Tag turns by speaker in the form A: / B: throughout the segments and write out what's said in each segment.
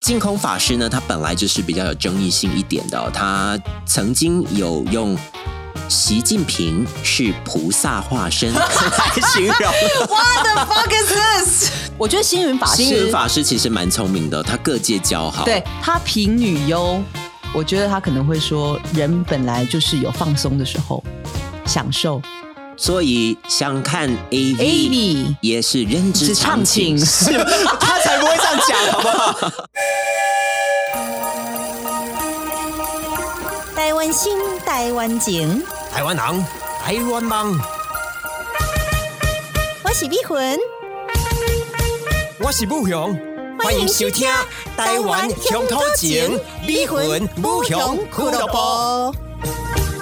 A: 净空法师呢，他本来就是比较有争议性一点的哦、他曾经有用习近平是菩萨化 身来形 容。
B: What the fuck is this？我觉得星云法师，
A: 星云法师其实蛮聪明的，他各界交好。
B: 对
C: 他评女优，我觉得他可能会说，人本来就是有放松的时候，享受。
A: 所以想看 A V
C: AV
A: 也是人之
C: 之
A: 常
C: 常
A: 情，
C: 情
A: 是他才不会这样讲，好不好？
B: 台湾心，台湾情，
D: 台湾人，台湾梦，
B: 我是碧魂。
D: 我是武雄，欢迎收听《台湾乡土情》，美魂武雄俱乐部。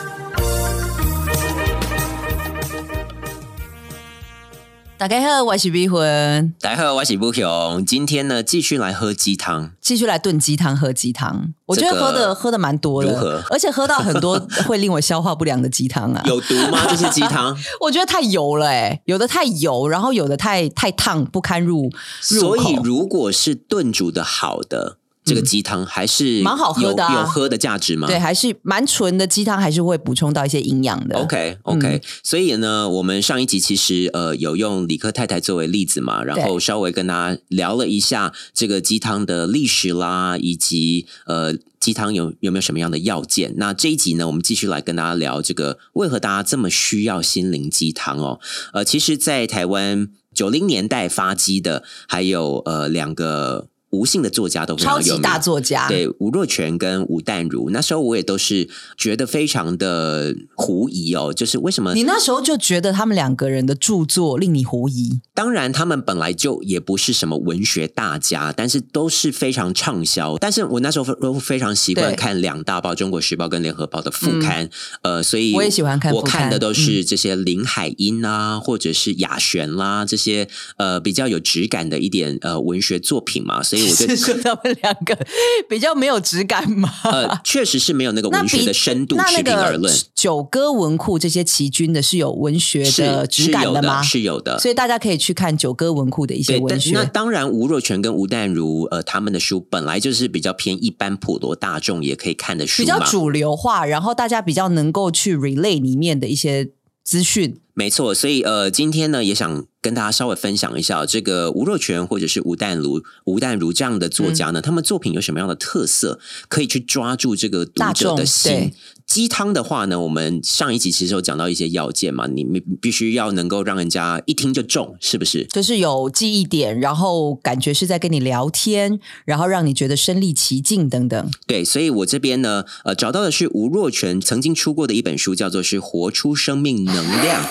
C: 大家好，我是逼魂，
A: 大家好，我是不雄，今天呢继续来喝鸡 汤。
C: 继续来炖鸡汤，喝鸡汤。我觉
A: 这个
C: 得喝的、喝的蛮多
A: 如何
C: 的，而且喝到很 多会令我消化不良的鸡汤啊。
A: 有毒吗？这些鸡汤，
C: 我觉得太油了、哎，有的太油，然后有的太太烫，不堪入 入
A: 所
C: 口。
A: 以如果是炖煮的好的这个鸡汤，还是
C: 蛮好喝的啊
A: 有有喝的价值吗？
C: 对，还是蛮纯的鸡汤，还是会补充到一些营养的。嗯
A: OK OK，、所以呢，我们上一集其实呃有用理科太太作为例子嘛，然后稍微跟大家聊了一下这个鸡汤的历史啦，以及呃鸡汤有有没有什么样的要件。那这一集呢，我们继续来跟大家聊这个为何大家这么需要心灵鸡汤哦。呃，其实，在台湾九零年代发迹的，还有呃两个无姓的作家都非常
C: 超
A: 有名
C: 级大作家，
A: 对，吴若权跟吴淡如，那时候我也都是觉得非常的狐疑哦，就是为什么？
C: 你那时候就觉得他们两个人的著作令你狐疑，
A: 当然，他们本来就也不是什么文学大家，但是都是非常畅销。但是我那时候都非常习惯
C: 对嗯
A: 看两大报《中国时报》跟《联合报》的副刊，呃，所以
C: 我也喜欢看
A: 我
C: 副刊嗯
A: 看的都是这些林海音啊，或者是雅璇啦、这些呃比较有质感的一点呃文学作品嘛，所以哎我就。
C: 是说他们两个 比较没有质感 吗？
A: 呃，确实是没有那个
C: 那
A: 文学
C: 比
A: 的深度，
C: 那
A: 持
C: 那
A: 平而
C: 个
A: 论。
C: 九歌文库这些奇军的是有文学的质感吗？
A: 是有的，是
C: 所
A: 有的。
C: 以大家可以去看九歌文库的一些
A: 对，
C: 文
A: 但那
C: 学。
A: 当然，吴若权跟吴淡如，呃，他们的书本来就是比较偏一般普罗大众也可以看的书
C: 比
A: 嘛。
C: 较主流化，然后大家比较能够去 relay 里面的一些资讯。
A: 没错，所以呃，今天呢，也想跟大家稍微分享一下这个吴若权或者是吴淡如、吴淡如这样的
C: 嗯
A: 作家呢，他们作品有什么样的特色，可以去抓住这个读
C: 大
A: 者
C: 众
A: 的心
C: 对。
A: 鸡汤的话呢，我们上一集其实有讲到一些要件嘛，你你必须要能够让人家一听就中，是不是？
C: 就是有记忆点，然后感觉是在跟你聊天，然后让你觉得身临其境等等。
A: 对，所以我这边呢，呃，找到的是吴若权曾经出过的一本书，叫做是《活出生命能量》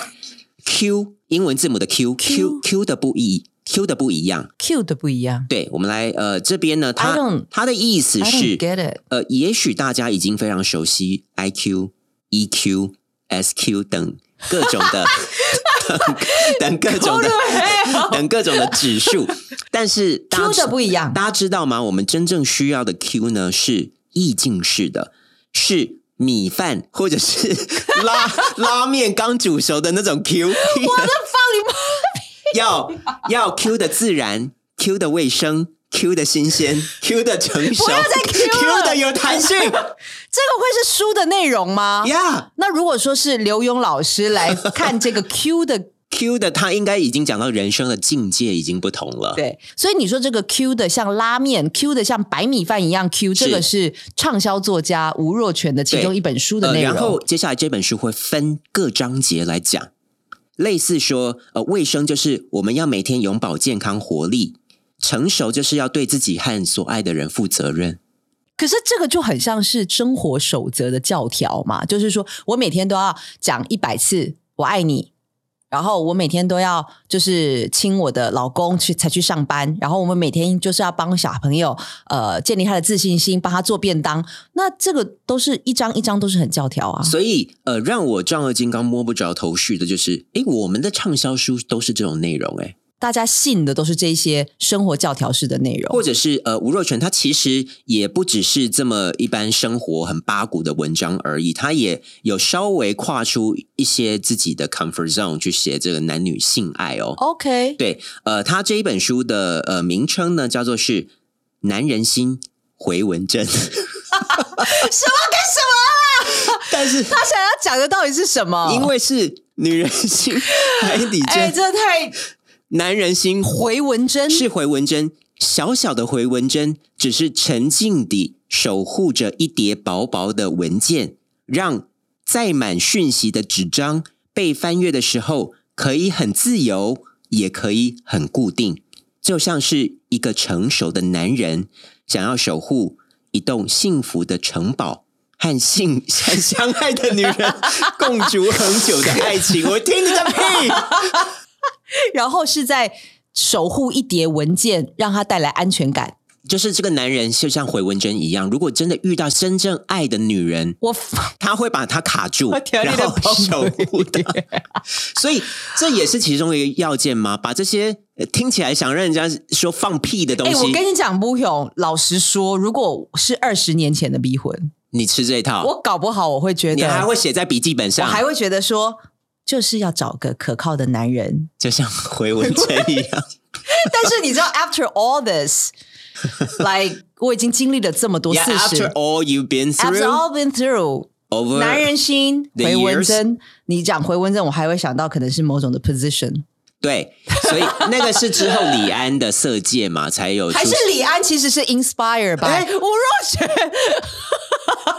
A: ，Q 英文字母的 Q，Q Q 的不一，Q 的不一样。
C: Q 的不一样
A: 对，我们来，呃，这边呢，
C: I
A: 它
C: don't-
A: 它的意思
C: ，I don't
A: 是，
C: get it。
A: 呃，也许大家已经非常熟悉 E IQ、EQ、SQ 等各种的 等等各种
C: 哦
A: 的
C: 哎
A: 等各种的指 数，但是大家
C: Q 的不一样
A: 大家知道吗？我们真正需要的 Q 呢是意境式的，是米饭或者是 拉拉面刚煮熟的那种 Q。我的放你
C: 啊
A: 要要 Q 的自然，Q 的卫生。Q 的新鲜，Q 的成熟
C: 不要再 Q 了
A: q 的有弹 性
C: 这个会是书的内容吗
A: 呀。
C: 那如果说是刘勇老师来看这个 Q 的，
A: Q 的他应该已经讲到人生的境界已经不同了。
C: 对，所以你说这个 Q 的像拉面，Q 的像白米饭一样 Q，
A: 是
C: 这个是畅销作家吴若权的其中一本书的内容。
A: 呃。然后接下来这本书会分各章节来讲，类似说，呃，卫生就是我们要每天永葆健康活力，成熟就是要对自己和所爱的人负责任。
C: 可是这个就很像是生活守则的教条嘛，就是说我每天都要讲一百次“我爱你”，然后我每天都要就是亲我的老公去才去上班，然后我们每天就是要帮小朋友呃建立他的自信心，帮他做便当。那这个都是一张一张都是很教条啊，
A: 所以，呃，让我丈二金刚摸不着头绪的就是，诶，我们的畅销书都是这种内容、诶。
C: 大家信的都是这些生活教条式的内容
A: 或。者是呃吴若权，他其实也不只是这么一般生活很八股的文章而已，他也有稍微跨出一些自己的 comfort zone 去写这个男女性爱哦。
C: OK，
A: 对，呃，他这一本书的呃名称呢叫做是《男人心回文针，
C: 什么跟什么啦？
A: 但是
C: 他想要讲的到底是什么？
A: 因为是女人心 海底针，
C: 哦哎，这太
A: 男人心
C: 回文针
A: 是回文针，小小的回文针，只是沉静地守护着一叠薄薄的文件，让载满讯息的纸张被翻阅的时候，可以很自由，也可以很固定，就像是一个成熟的男人想要守护一栋幸福的城堡。和性 和相爱的女人共筑恒久的爱情，我听你个屁！
C: 然后是在守护一叠文件，让它带来安全感。
A: 就是这个男人就像回文针一样，如果真的遇到真正爱的女人，
C: 我
A: 他会把她卡住
C: 我，天
A: 然
C: 你的
A: 后守护 的。
C: 哎
A: 所以这也是其中一个要件嘛，把这些呃听起来想让人家说放屁的东
C: 哎、我
A: 西，
C: 跟你讲，不勇，老实说，如果是二十年前的逼婚，
A: 你吃这一套，
C: 我搞不好我会觉
A: 你
C: 得，
A: 还会写在笔记本
C: 我
A: 上，
C: 还会觉得说，就是要找个可靠的男人。
A: 就像回文针一样。
C: 但是你知道，after all this，like 我已经经历了这么多
A: Yeah,
C: 四十
A: after all you've been
C: ，after
A: through,
C: all been through。
A: over
C: 男人心
A: the
C: 回文针，你讲回文针，我还会想到可能是某种的 position，
A: 对，所以那个是之后李安的《色戒》嘛，才有出
C: 还是李安其实是 inspire 吧？
A: 哎
C: 吴若雪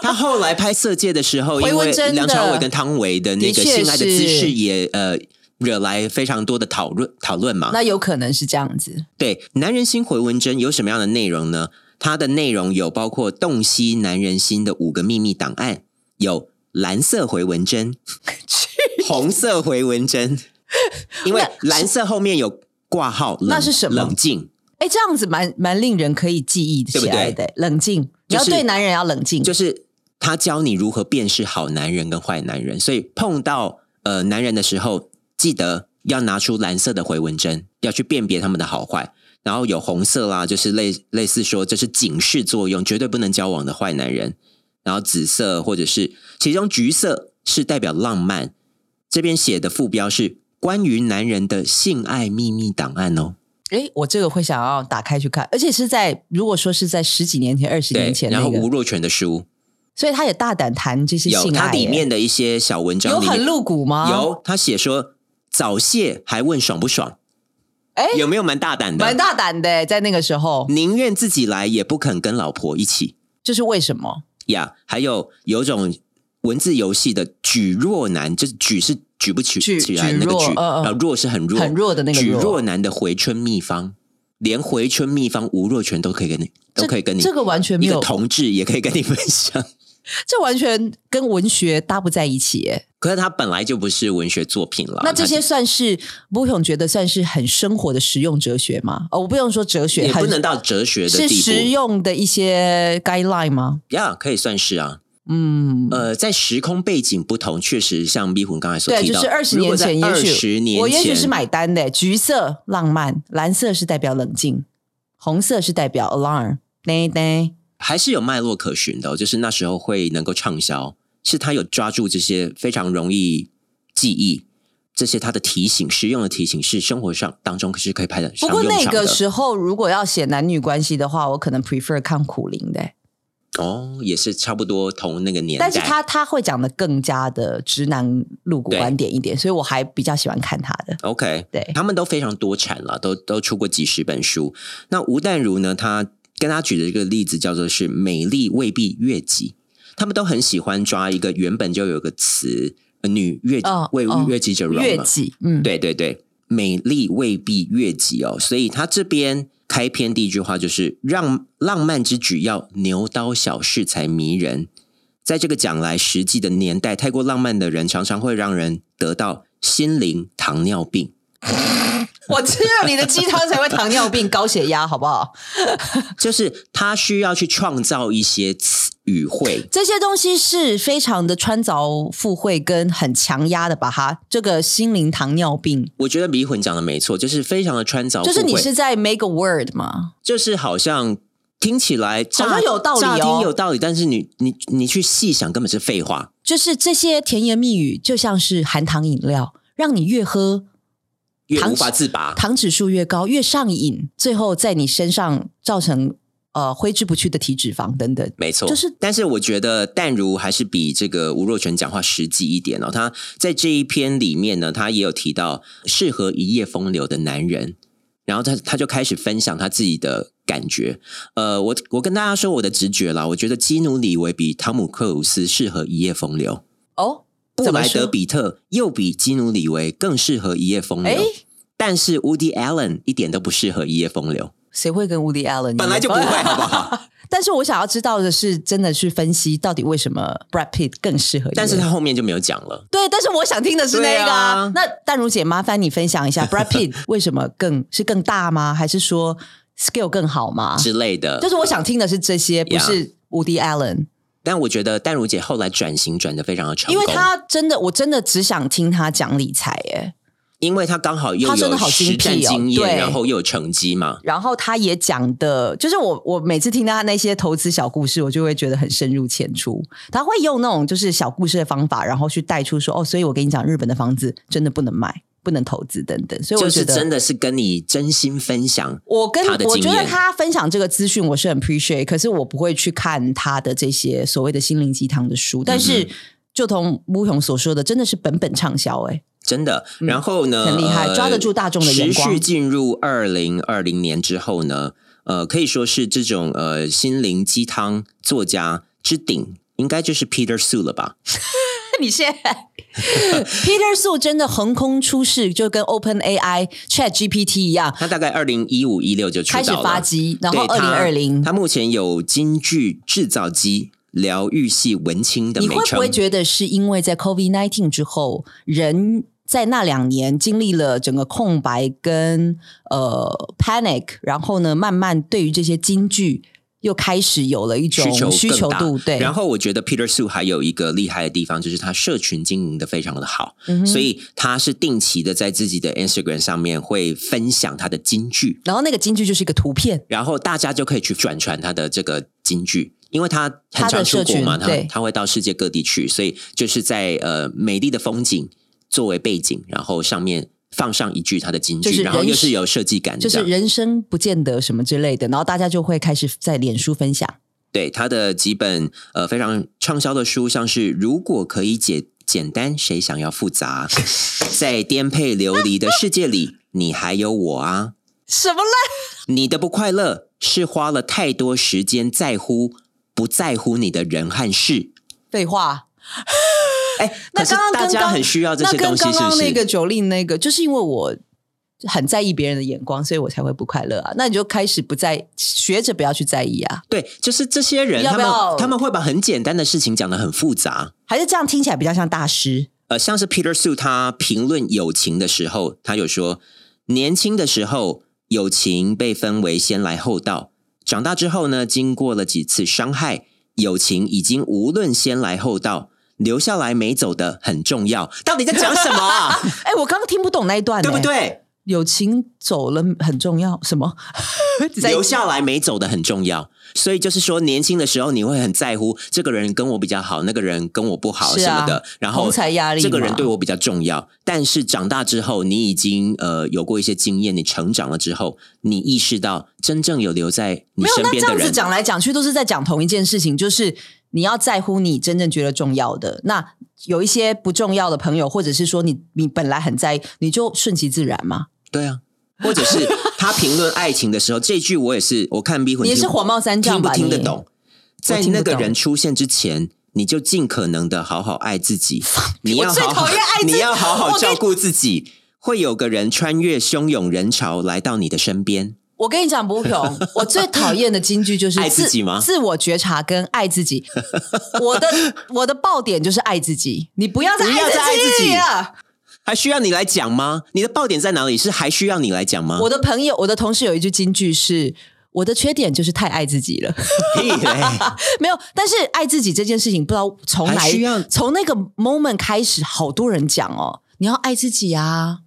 A: 他后来拍《色戒》的时候，
C: 回
A: 因
C: 文
A: 为
C: 真的
A: 梁朝伟跟汤唯的那个
C: 的确
A: 性爱的姿势
C: 是
A: 也呃惹来非常多的讨论讨论嘛。
C: 那有可能是这样子。
A: 对，《男人心回文针》有什么样的内容呢？它的内容有包括洞悉男人心的五个秘密档案，有蓝色回文 针、红色回文针，因为蓝色后面有挂号，冷
C: 那是什么
A: 冷静。
C: 哎，这样子蛮蛮令人可以记忆起来的。
A: 对
C: 冷静，你
A: 就
C: 要
A: 是
C: 对男人要冷静。
A: 就是他教你如何辨识好男人跟坏男人，所以碰到呃男人的时候，记得要拿出蓝色的回纹针，要去辨别他们的好坏。然后有红色啦，就是类类似说这是警示作用，绝对不能交往的坏男人。然后紫色或者是其中橘色是代表浪漫，这边写的副标是关于男人的性爱秘密档案哦。
C: 哎，我这个会想要打开去看，而且是在如果说是在十几年前、二十
A: 对
C: 年，前
A: 然
C: 那
A: 后吴
C: 个，
A: 若权的书
C: 所以他也大胆谈这些
A: 有
C: 性爱
A: 它
C: 诶。
A: 里面的一些小文章
C: 有
A: 里面
C: 很露骨吗？，
A: 有，他写说早泄还问爽不爽，
C: 哎，
A: 有没有蛮大胆的？
C: 蛮大胆的诶，在那个时候，
A: 宁愿自己来也不肯跟老婆一起
C: 这是为什么？
A: 呀。还有有种文字游戏的举弱男，就是举是举不起
C: 举
A: 起来那个
C: 举
A: 举
C: 弱，嗯嗯
A: 然后弱是很弱
C: 很弱的那个
A: 举
C: 弱
A: 弱男的回春秘方，连回春秘方吴若权都可以跟你都可以跟你
C: 这个完全没
A: 一个
C: 有，
A: 同志也可以跟你分享。
C: 这完全跟文学搭不在一起诶。
A: 可是他本来就不是文学作品了，
C: 那这
A: 它
C: 些算是不勇觉得算是很生活的实用哲学吗？哦，我不用说哲学，
A: 也不
C: 很
A: 能到哲学的
C: 是
A: 地步，
C: 实用的一些 guideline 吗？
A: 呀可以算是啊。
C: 嗯，
A: 呃，在时空背景不同，确实像咪魂刚才所
C: 对，
A: 提
C: 就
A: 到，
C: 是二十年前，
A: 二
C: 也
A: 十
C: 许
A: 年前，
C: 我也许是买单的。橘色浪漫，蓝色是代表冷静，红色是代表
A: 嗯
C: alarm。对对，
A: 还是有脉络可循的哦、就是那时候会能够畅销，是他有抓住这些非常容易记忆，这些他的提醒，实用的提醒是生活上当中是可以派得
C: 不
A: 上
C: 过
A: 用
C: 那
A: 场
C: 个
A: 的。
C: 时候如果要写男女关系的话，我可能 prefer 看苦灵的，
A: 哦，也是差不多同那个年代，
C: 但是他他会讲的更加的直男露骨
A: 对
C: 观点一点，所以我还比较喜欢看他的。
A: OK，
C: 对
A: 他们都非常多产了，都都出过几十本书。那吴淡如呢，他跟他举的一个例子叫做是“美丽未必悦己”，他们都很喜欢抓一个原本就有个词“呃女悦
C: 哦
A: 为
C: 哦
A: 悦己者容”
C: 月
A: 嘛，
C: 季，嗯，
A: 对对对，美丽未必悦己哦。所以他这边开篇第一句话就是“让浪漫之举要牛刀小试才迷人”。在这个讲来实际的年代，太过浪漫的人常常会让人得到心灵糖尿病。
C: 我吃了你的鸡汤才会糖尿病、高血压，好不好？
A: 就是他需要去创造一些词语汇，
C: 这些东西是非常的穿凿附会跟很强压的，把它这个心灵糖尿病，
A: 我觉得迷魂讲的没错，就是非常的穿凿附
C: 就
A: 哦会，
C: 是你是在 make a word 嘛？
A: 就是好像听起来乍
C: 好像有道理哦
A: 乍听有道理，但是你你你去细想，根本是废话。
C: 就是这些甜言蜜语，就像是含糖饮料，让你越喝
A: 越
C: 糖
A: 无法自拔，
C: 糖指数越高，越上瘾，最后在你身上造成呃挥之不去的体脂肪等等。
A: 没错，
C: 就是
A: 但是我觉得淡如还是比这个吴若权讲话实际一点哦。他在这一篇里面呢，他也有提到适合一夜风流的男人，然后他他就开始分享他自己的感觉。呃，我我跟大家说我的直觉啦，我觉得基努里维比汤姆克鲁斯适合一夜风流，
C: 哦，
A: 布
C: 怎么
A: 莱
C: 说
A: 德比特又比基努里维更适合一夜风流
C: 哎，
A: 但是 Woody Allen 一点都不适合一夜风流。
C: 谁会跟 Woody Allen？
A: 本来就不 会好不好？
C: 但是我想要知道的是，真的去分析到底为什么 Brad Pitt 更适合一 夜。
A: 但是他后面就没有讲了。
C: 对，但是我想听的是那个、
A: 对啊
C: 那淡如姐，麻烦你分享一下 Brad Pitt 为什么更是更大吗？还是说 skill 更好吗？
A: 之类的。
C: 就是我想听的是这些，不
A: Yeah
C: 是 Woody Allen，
A: 但我觉得淡如姐后来转型转的非常的成功，
C: 因为他真的，我真的只想听他讲理财耶。
A: 因为他刚好又
C: 他真
A: 有
C: 的好精辟
A: 实
C: 哦
A: 战经验，
C: 对
A: 然后又有成绩嘛。
C: 然后他也讲的，就是我我每次听到他那些投资小故事，我就会觉得很深入浅出。他会用那种就是小故事的方法，然后去带出说哦，所以我跟你讲，日本的房子真的不能卖，不能投资等等。所以我
A: 就
C: 觉
A: 是
C: 得
A: 真的是跟你真心分享，
C: 我跟
A: 他的
C: 我觉
A: 经
C: 得
A: 验
C: 他分享这个资讯，我是很 appreciate，可是我不会去看他的这些所谓的心灵鸡汤的书。但是，
A: 嗯
C: 就同乌雄所说的，真的是本本畅销 哎、
A: 真的。然后呢，
C: 很厉害
A: 呃
C: 抓得住大众的眼光
A: 持续进入二零二零年之后呢，呃，可以说是这种呃心灵鸡汤作家之顶，应该就是 Peter Sue 了吧？
C: 你现在 Peter Su 真的横空出世，就跟 Open AI Chat GPT 一样，
A: 他大概二零一五一六就出道
C: 开
A: 了
C: 始发迹，然后
A: 对
C: 二零
A: 他
C: 二零
A: 他，目前有京剧制造机。疗愈系文青的
C: 你
A: 美
C: 会不
A: 称
C: 会觉得是因为在 COVID nineteen 之后，人在那两年经历了整个空白跟呃 panic，然后呢，慢慢对于这些金句又开始有了一种
A: 需求
C: 需
A: 更
C: 求
A: 大
C: 度，对，
A: 然后我觉得 Peter Su 还有一个厉害的地方，就是他社群经营的非常的好，
C: 嗯哼
A: 所以他是定期的在自己的 Instagram 上面会分享他的金句，
C: 然后那个金句就是一个图片，
A: 然后大家就可以去转传他的这个金句。因为他很
C: 他的
A: 常
C: 社
A: 出国嘛，
C: 群
A: 他
C: 对
A: 他会到世界各地去，所以就是在呃美丽的风景作为背景，然后上面放上一句他的金句，
C: 就是
A: 然后
C: 人
A: 又是有设计感的
C: 就
A: 这样，
C: 是人生不见得什么之类的，然后大家就会开始在脸书分享。
A: 对他的几本呃非常畅销的书，像是《如果可以简简单，谁想要复杂》， 在颠沛流离的世界里，你还有我啊！
C: 什么啦？
A: 你的不快乐是花了太多时间在乎不在乎你的人和事。
C: 废话。
A: 哎，
C: 那
A: 可是
C: 刚刚
A: 大
C: 跟
A: 家
C: 刚
A: 很需要这
C: 那
A: 些
C: 跟
A: 东西，
C: 刚
A: 是不
C: 刚
A: 是？
C: 那个九令那个，就是因为我很在意别人的眼光，所以我才会不快乐啊。那你就开始不在，学着不要去在意啊。
A: 对，就是这些人，
C: 要不
A: 他
C: 要
A: 们他们会把很简单的事情讲得很复杂。
C: 还是这样听起来比较像大师。
A: 呃，像是 Peter Su 他评论友情的时候，他有说，年轻的时候友情被分为先来后到，长大之后呢，经过了几次伤害，友情已经无论先来后到，留下来没走的很重要。到底在讲什么啊？
C: 哎，我刚刚听不懂那一段、欸
A: 对不？对？
C: 友情走了很重要，什么？在
A: 留下来没走的很重要。所以就是说，年轻的时候你会很在乎这个人跟我比较好，那个人跟我不好
C: 是
A: 什
C: 啊
A: 么的，然后
C: 同才压力嘛
A: 这个人对我比较重要。但是长大之后，你已经呃有过一些经验，你成长了之后，你意识到真正有留在你
C: 没有，
A: 身
C: 那
A: 边
C: 这
A: 的
C: 样子
A: 人，
C: 讲来讲去都是在讲同一件事情，就是你要在乎你真正觉得重要的。那有一些不重要的朋友，或者是说你你本来很在意，你就顺其自然嘛。
A: 对啊。或者是他评论爱情的时候，这句我也是，我看逼魂
C: 你也是
A: 听
C: 火冒三丈
A: 听不
C: 吧？
A: 听得
C: 你
A: 懂？
C: 我
A: 在
C: 听不
A: 那个
C: 懂
A: 人出现之前，你就尽可能的好好爱自己。你要
C: 我最
A: 好好
C: 讨厌爱自己
A: 你要好
C: 我
A: 好
C: 跟
A: 照顾自己。会有个人穿越汹涌人潮来到你的身边，
C: 我跟你讲，不 勇，我最讨厌的金句就是
A: 爱自己吗
C: 自我觉察跟爱自 己。我的我的爆点就是爱自己，你不要再
A: 不要再爱自己
C: 了。
A: 还需要你来讲吗？你的爆点在哪里？是还需要你来讲吗？
C: 我的朋友，我的同事有一句金句是：我的缺点就是太爱自己了。
A: 屁嘞！
C: 没有，但是爱自己这件事情，不知道从哪
A: 还需要
C: 从那个 moment 开始，好多人讲哦，你要爱自己啊。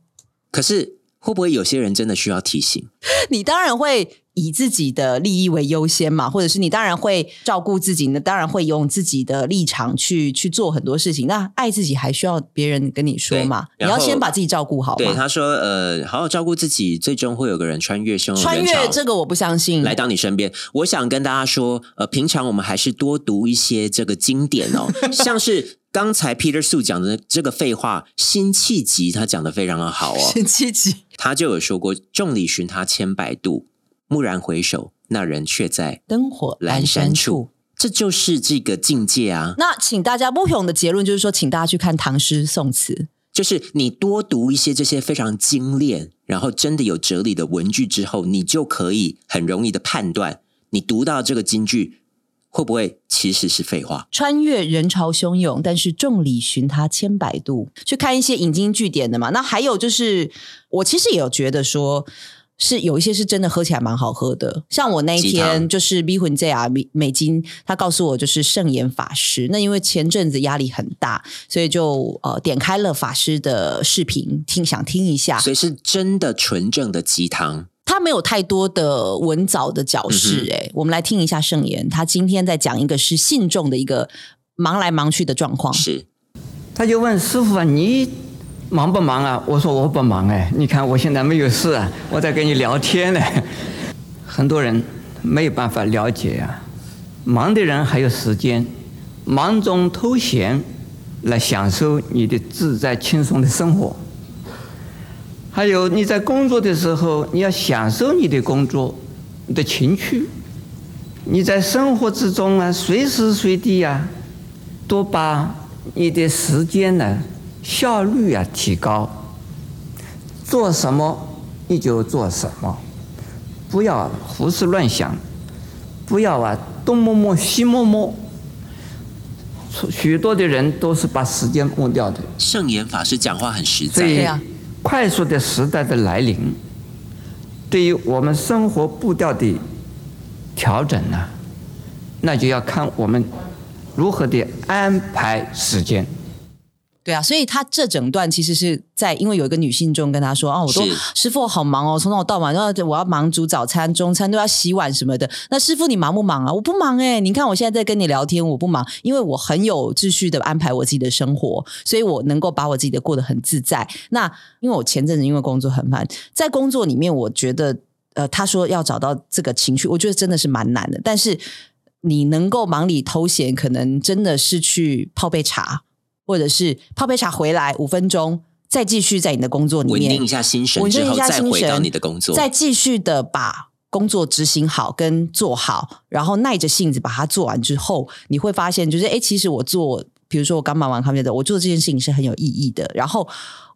A: 可是会不会有些人真的需要提醒？
C: 你当然会以自己的利益为优先嘛，或者是你当然会照顾自己，那当然会用自己的立场去去做很多事情。那爱自己还需要别人跟你说嘛？
A: 对
C: 你
A: 然
C: 要
A: 后
C: 先把自己照顾好
A: 对，
C: 嘛。
A: 他说，呃，好好照顾自己，最终会有个人穿越汹涌
C: 穿
A: 人
C: 越
A: 潮。
C: 这个我不相信，
A: 来到你身边，我想跟大家说，呃，平常我们还是多读一些这个经典 哦，像是刚才 Peter Su 讲的这个废话，辛弃疾他讲的非常的好哦，
C: 神奇极，
A: 他就有说过“众里寻他千百度，蓦然回首，那人却在
C: 灯火
A: 阑
C: 阑
A: 珊
C: 珊
A: 处
C: 处。”，
A: 这就是这个境界啊。
C: 那请大家不勇的结论就是说，请大家去看唐诗宋词。
A: 就是你多读一些这些非常精炼，然后真的有哲理的文句之后，你就可以很容易的判断，你读到这个金句会不会其实是废话。
C: 穿越人潮汹涌，但是众里寻他千百度，去看一些引经据典的嘛。那还有就是，我其实也有觉得说。是有一些是真的喝起来蛮好喝的，像我那一
A: 鸡汤
C: 天就是 B 魂 J 啊美美金，他告诉我就是圣言法师。那因为前阵子压力很大，所以就呃点开了法师的视频，听想听一下。
A: 所以是真的纯正的鸡汤，
C: 他没有太多的文藻的矫饰、
A: 嗯
C: 哎、我们来听一下圣言，他今天在讲一个是信众的一个忙来忙去的状况。
A: 是
E: 他就问师傅啊，你忙不忙啊？我说我不忙哎，你看我现在没有事啊，我在跟你聊天呢。 很多人没有办法了解啊，忙的人还有时间，忙中偷闲，来享受你的自在轻松的生活。还有你在工作的时候，你要享受你的工作，你的情趣。你在生活之中啊，随时随地啊，多把你的时间呢、效率啊提高。做什么你就做什么，不要胡思乱想，不要啊东摸摸西摸摸。许多的人都是把时间摸掉的。
A: 圣严法师讲话很实
E: 所
A: 在，
E: 以
C: 啊
E: 快速的时代的来临，对于我们生活步调的调整呢、那就要看我们如何的安排时间。
C: 对啊，所以他这整段其实是在，因为有一个女信众跟他说：“哦，我都
A: 是
C: 师傅我好忙哦，从早到晚，然后我要忙煮早餐、中餐，都要洗碗什么的。那师傅你忙不忙啊？我不忙哎、你看我现在在跟你聊天，我不忙，因为我很有秩序的安排我自己的生活，所以我能够把我自己的过得很自在。那因为我前阵子因为工作很忙，在工作里面，我觉得呃，他说要找到这个情绪，我觉得真的是蛮难的，但是。”你能够忙里偷闲，可能真的是去泡杯茶，或者是泡杯茶回来五分钟，再继续在你的工作里
A: 稳定一
C: 面，
A: 下心神
C: 稳
A: 之
C: 定一
A: 后，
C: 下
A: 再
C: 心
A: 回到
C: 神
A: 你的工作。
C: 再继续的把工作执行好跟做好，然后耐着性子把它做完之后，你会发现就是，哎，其实我做，比如说我刚忙完咖啡的，我做这件事情是很有意义的。然后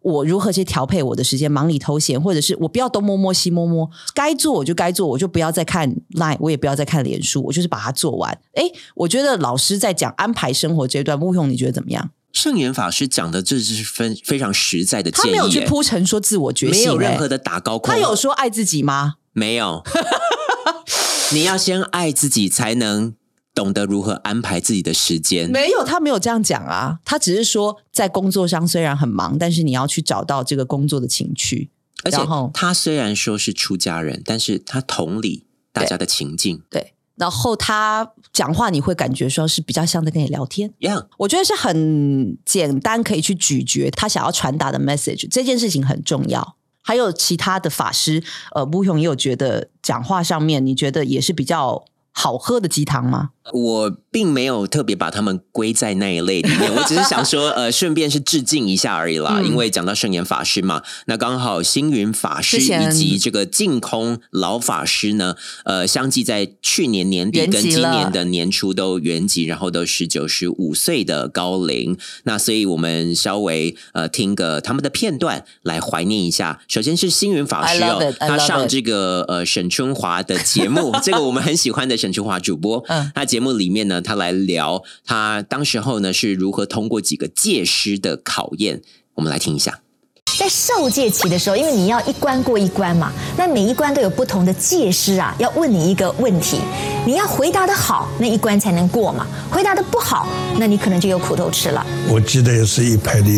C: 我如何去调配我的时间，忙里偷闲，或者是我不要东摸摸西摸摸，该做我就该做，我就不要再看 Line，我也不要再看脸书，我就是把它做完。哎，我觉得老师在讲安排生活这一段，木用你觉得怎么样？
A: 圣严法师讲的这是非非常实在的建
C: 他
A: 议耶，
C: 没有去铺陈说自我觉醒、
A: 没有任
C: 诶
A: 何的打高空，
C: 他有说爱自己吗？
A: 没有？你要先爱自己，才能懂得如何安排自己的时间。
C: 没有，他没有这样讲啊，他只是说在工作上虽然很忙，但是你要去找到这个工作的情趣。
A: 而且
C: 然后
A: 他虽然说是出家人，但是他同理大家的情境
C: 对，然后他讲话你会感觉说是比较像在跟你聊天。
A: 一样。
C: 我觉得是很简单，可以去咀嚼他想要传达的 message，这件事情很重要。还有其他的法师，呃，吴勇也有觉得讲话上面，你觉得也是比较好喝的鸡汤吗？
A: 我并没有特别把他们归在那一类里面，我只是想 说，呃，顺便是致敬一下而已啦。
C: 嗯
A: 因为讲到圣严法师嘛，那刚好星云法师
C: 之前
A: 以及这个净空老法师呢，呃，相继在去年年底
C: 圆
A: 跟
C: 寂
A: 今年
C: 了
A: 的年初都圆寂，然后都是九十五岁的高龄。那所以我们稍微呃听个他们的片段来怀念一下。首先是星云法师
C: I
A: 哦
C: love，it, I
A: 他
C: love
A: 上
C: it
A: 这个呃沈春华的节 目，这个我们很喜欢的沈春华主播，
C: 嗯
A: 他节目里面呢，他来聊他当时候呢是如何通过几个戒师的考验，我们来听一下。
F: 在受戒期的时候，因为你要一关过一关嘛，那每一关都有不同的戒师啊，要问你一个问题，你要回答的好，那一关才能过嘛；回答的不好，那你可能就有苦头吃了。
G: 我记得也是一排的，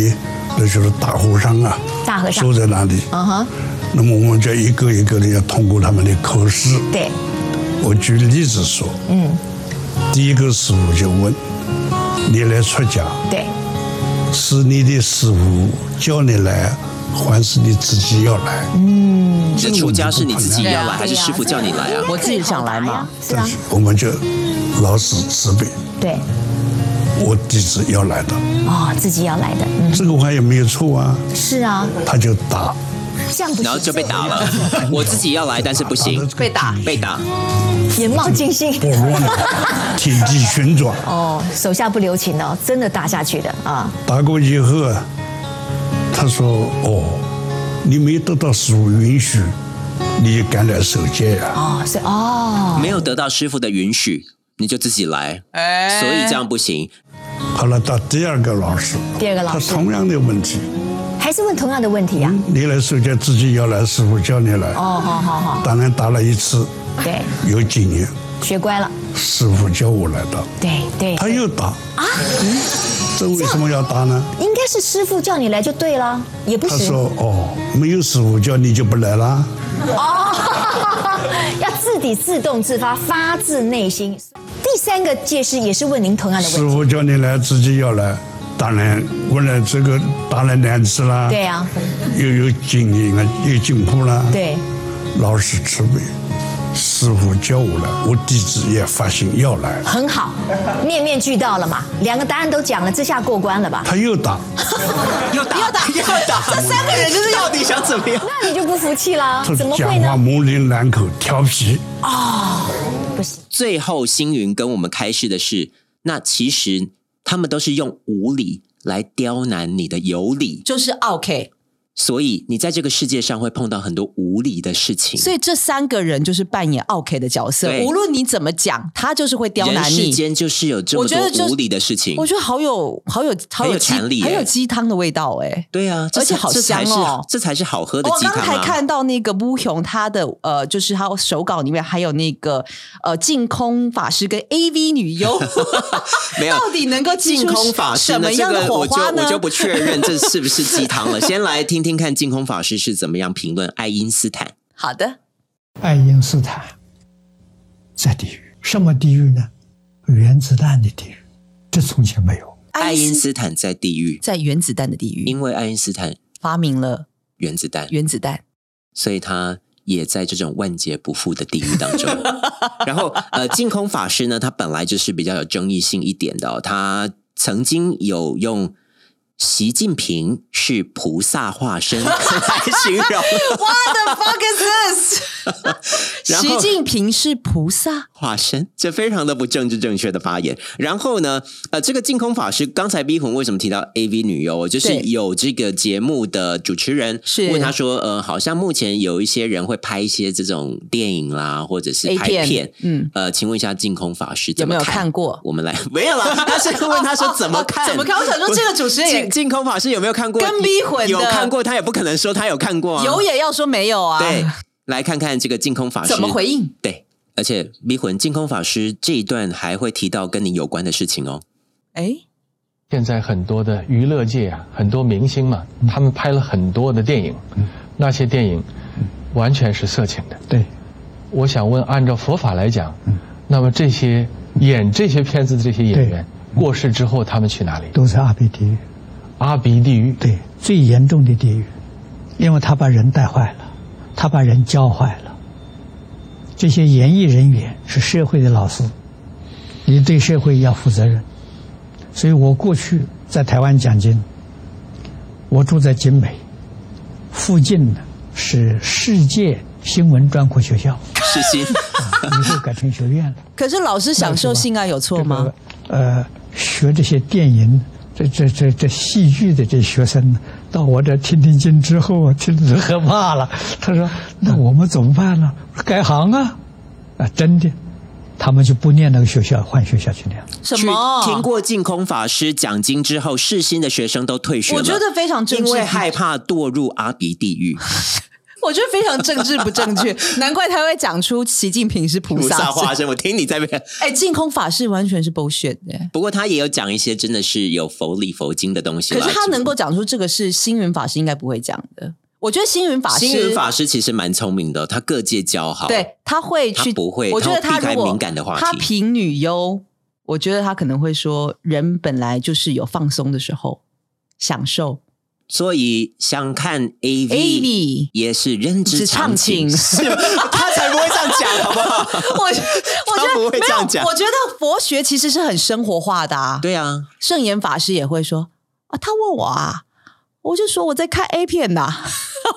G: 那就是大和尚啊，
F: 大和尚
G: 坐在那里，
F: 嗯哼，
G: 那么我们就一个一个的要通过他们的口试。
F: 对，
G: 我举例子说，
F: 嗯，
G: 第一个师傅就问：“你来出家
F: 对，
G: 是你的师傅叫你来，还是你自己要来？”
A: 你的出家是你自己要
C: 对
A: 来，
C: 啊
A: 还是师傅叫你来啊？
C: 我自己想来嘛，
F: 是
G: 但
F: 啊
G: 是，我们就老实慈悲，
F: 对，
G: 我弟子要来的，
F: 哦，自己要来的，嗯，
G: 这个话也没有错啊。
F: 是啊，
G: 他就打，
F: 这样不行
A: 然后就被打了，我自己要来，但是不行，
C: 被打
A: 被打。
F: 眼冒金星，
G: 我乱了，天地旋转。
F: 哦，手下不留情哦，真的打下去的啊，
G: 打过以后啊，他说：“哦，你没得到师傅允许，你感染手戒呀、啊。
F: 哦，所以哦，
A: 没有得到师傅的允许，你就自己来，
C: 哎
A: 所以这样不 行。”
G: 好了，到第二个老师，
F: 第二个老
G: 他
F: 师
G: 同样的问题，
F: 还是问同样的问题啊，
G: 你来受戒，自己要来，师傅叫你来。
F: 哦，好好好，
G: 当然打了一次，
F: 对，
G: 有几年，
F: 学乖了，
G: 师傅叫我来打，
F: 对对，
G: 他又打啊、这为什么要打呢？
F: 应该是师傅叫你来就对了，也不
G: 他
F: 行，
G: 说：“哦，没有师傅叫你就不来啦。
F: 哦， 要自己自动自发，发自内心。第三个戒师也是问您同样的
G: 师
F: 问题，
G: 傅叫你来，自己要来。当然，我来这个打了两次啦。
F: 对啊，
G: 又有经验了，又进步了。，
F: 对，
G: 老师慈悲，师傅叫我来，我弟子也发心要来。
F: 很好，面面俱到了嘛，两个答案都讲了，这下过关了吧？
G: 他又打，
A: 又打又打又打，这三个人就是到底想怎么样？
F: 那你就不服气啦
G: 他？
F: 怎么
G: 讲
F: 会
G: 话
F: 呢？
G: 模棱两可，调皮。
F: 不行，
A: 最后，星云跟我们开示的是，那其实他们都是用无理来刁难你的有理，
C: 就是 OK。
A: 所以你在这个世界上会碰到很多无理的事情。
C: 所以这三个人就是扮演 OK 的角色，
A: 对
C: 无论你怎么讲，他就是会刁
A: 人
C: 难
A: 世
C: 你。
A: 间就是有这么
C: 我觉得
A: 多
C: 就
A: 无理的事情
C: 我。觉得好有好有好
A: 很有
C: 鸡
A: 禅理耶
C: 很有鸡汤的味道哎、
A: 对啊，这
C: 而且
A: 才
C: 好
A: 这才
C: 香哦
A: 是这才是好喝的
C: 我
A: 鸡
C: 刚
A: 汤
C: 才
A: 啊！
C: 看到那个乌雄，他的呃，就是他手稿里面还有那个呃，净空法师跟 AV 女优，
A: 没有
C: 到底能够激
A: 净
C: 出
A: 空法师
C: 什么
A: 呢？这
C: 样的
A: 个
C: 火
A: 我就
C: 花呢？
A: 我就不确认这是不是鸡汤了。 先来听听看净空法师是怎么样评论爱因斯坦。
C: 好的，
H: 爱因斯坦在地狱，什么地狱呢？原子弹的地狱，这从前没有。
A: 爱因斯坦在地狱，
C: 在原子弹的地狱
A: 因为爱因斯坦
C: 发明了
A: 原子弹，
C: 原子 弹，
A: 所以他也在这种万劫不复的地狱当中。然后，呃，净空法师呢，他本来就是比较有争议性一点的哦、他曾经有用习近平是菩萨化身 来形容
C: What the fuck is this？
A: 然
C: 习
A: 后
C: 近平是菩萨，
A: 化身，这非常的不政治正确的发言。然后呢，呃，这个净空法师刚才逼魂为什么提到 A V 女优哦？就是
C: 对
A: 有这个节目的主持人
C: 是
A: 问他说，呃，好像目前有一些人会拍一些这种电影啦，或者是
C: A
A: 拍
C: 片嗯，
A: 呃，请问一下净空法师
C: 有
A: 怎
C: 没
A: 么
C: 有
A: 看？
C: 看过？
A: 我们来没有 啦，他是问他说怎么看？
C: 哦哦怎么看我想说这个主持人也
A: 净净空法师有没有看过？
C: 跟逼魂的
A: 有看过，他也不可能说他有看过啊。
C: 有也要说没有啊？
A: 对，，来看看这个净空法师
C: 怎么回应？
A: 对，而且迷魂净空法师这一段还会提到跟你有关的事情哦。
C: 哎，
I: 现在很多的娱乐界啊，很多明星嘛，
H: 嗯
I: 他们拍了很多的电影，那些电影完全是色情的。
H: 嗯对，嗯
I: 我想问，按照佛法来讲，那么这些演这些片子的这些演员过世之后，他们去哪里？
H: 嗯都是阿鼻地狱，
I: 阿鼻地狱。
H: 对，最严重的地狱，因为他把人带坏了，他把人教坏了。这些演艺人员是社会的老师，你对社会要负责任。所以我过去在台湾讲经，我住在景美，附近呢是世界新闻专科学校，
A: 世新，
H: 以后改成学院了。
C: 可是老师享受性爱有错吗？
H: 这个？呃，学这些电影、这这这这戏剧的这学生，到我这听听经之后啊，听得害怕了。他说：“那我们怎么办呢？”我说改行啊！啊，真的，他们就不念那个学校，换学校去念。
C: 什
A: 去
C: 么？
A: 听过净空法师讲经之后，世新的学生都退学了，
C: 我觉得非常政
A: 因
C: 治
A: 为害怕堕入阿鼻地狱，
C: 我觉得非常政治不 正确，难怪他会讲出习近平是菩
A: 菩萨
C: 萨。
A: 化身。我听你在那边，
C: 哎，净空法师完全是 bullshit 的、
A: 不过他也有讲一些真的是有佛理佛经的东西
C: 可
A: 啦。
C: 是他
A: 只
C: 能够讲出这个是星云法师应该不会讲的。我觉得星云法师，
A: 星云法师其实蛮聪明的，他各界交好，
C: 对，他会去，
A: 他不会
C: 我觉得
A: 他会避
C: 如
A: 开
C: 果
A: 敏感的话题
C: 他评女优，我觉得他可能会说，人本来就是有放松的时候，享受。
A: 所以想看 A
C: A
A: V
C: V
A: 也是人之
C: 只
A: 常
C: 唱
A: 情
C: 情，
A: 是他才不会这样讲，好不好？
C: 我我觉
A: 他
C: 得
A: 不会
C: 没
A: 这样
C: 有，
A: 讲
C: 我觉得佛学其实是很生活化的啊。
A: 对啊，
C: 圣严法师也会说啊，他问我啊，我就说我在看 A 片呐、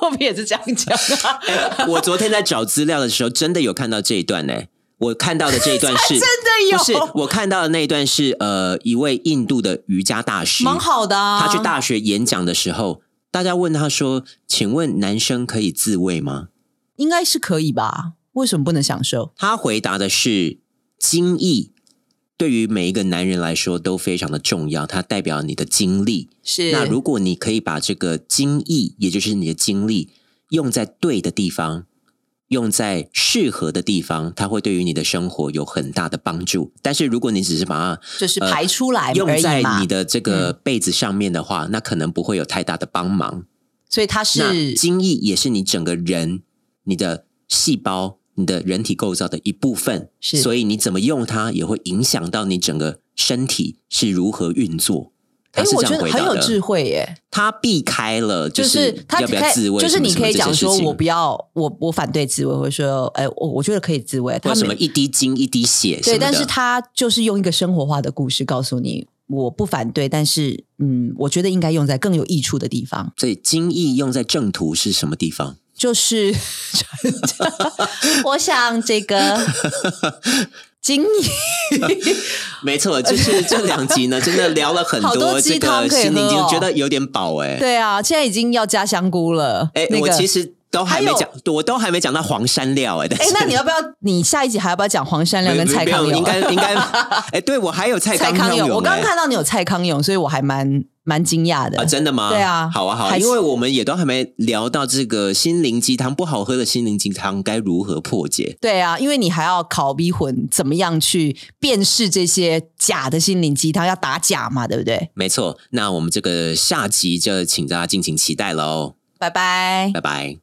C: 我们也是这样讲、啊，
A: 我昨天在找资料的时候，真的有看到这一段呢、欸我看到的这一段 是真
C: 啊的 有
A: 不是我看到的那一段是呃一位印度的瑜伽大师，
C: 蛮好的啊。
A: 他去大学演讲的时候，大家问他说：“请问男生可以自慰吗
C: 应该是可以吧？为什么不能享受？”？
A: 他回答的是：“精液对于每一个男人来说都非常的重要，它代表你的精力。
C: 是
A: 那如果你可以把这个精益，也就是你的精力，用在对的地方，用在适合的地方，它会对于你的生活有很大的帮助。但是如果你只是把它
C: 就是排出来而已嘛
A: 呃
C: 嗯
A: 用在你的这个被子上面的话，那可能不会有太大的帮忙。
C: 所以他
A: 那
C: 是
A: 精益也是你整个人、你的细胞、你的人体构造的一部分，
C: 是
A: 所以你怎么用它，也会影响到你整个身体是如何运作。他
C: 哎
A: 是，
C: 我
A: 这
C: 觉
A: 样
C: 得
A: 回答
C: 很
A: 的。
C: 有智慧耶，
A: 他避开了，
C: 就是
A: 是
C: 他
A: 要不要
C: 可以
A: 自慰，
C: 就是你可以讲说我不
A: 要，
C: 要，我我反对自慰，或者说，哎，我我觉得可以自慰，
A: 或
C: 他
A: 者什么
C: 没
A: 一滴精一滴血什
C: 对，
A: 么的，
C: 但是他就是用一个生活化的故事告诉你，我不反对，但是嗯，我觉得应该用在更有益处的地方，
A: 所以精益用在正途是什么地方？
C: 就是 我想这 个经理。
A: 没错， 就是这两集呢，真的聊了很
C: 好多
A: 这
C: 鸡
A: 个
C: 汤可以
A: 心灵
C: 喝
A: 鸡
C: 哦
A: 觉得有点饱哎、
C: 对啊，现在已经要加香菇了。
A: 哎、
C: 那
A: 我
C: 个
A: 其实都还没
C: 还有
A: 讲，我都还没讲到黄山料哎、但
C: 哎、
A: 是
C: 那你要不要？你下一集还要不要讲黄山料
A: 没
C: 跟
A: 没
C: 蔡
A: 没
C: 康
A: 有
C: 永？
A: 应该 应该哎、对我还有蔡
C: 蔡
A: 康
C: 康
A: 永、
C: 永，我刚刚
A: 哎
C: 看到你有蔡康永，所以我还蛮蛮惊讶的。
A: 啊，真的吗？
C: 对啊
A: 好啊，好啊，
C: 还是
A: 因为我们也都还没聊到这个心灵鸡汤，不好喝的心灵鸡汤该如何破解？
C: 对啊，因为你还要考逼魂，怎么样去辨识这些假的心灵鸡汤？要打假嘛，对不对？
A: 没错，那我们这个下集就请大家敬请期待喽，
C: 拜拜
A: 拜。拜。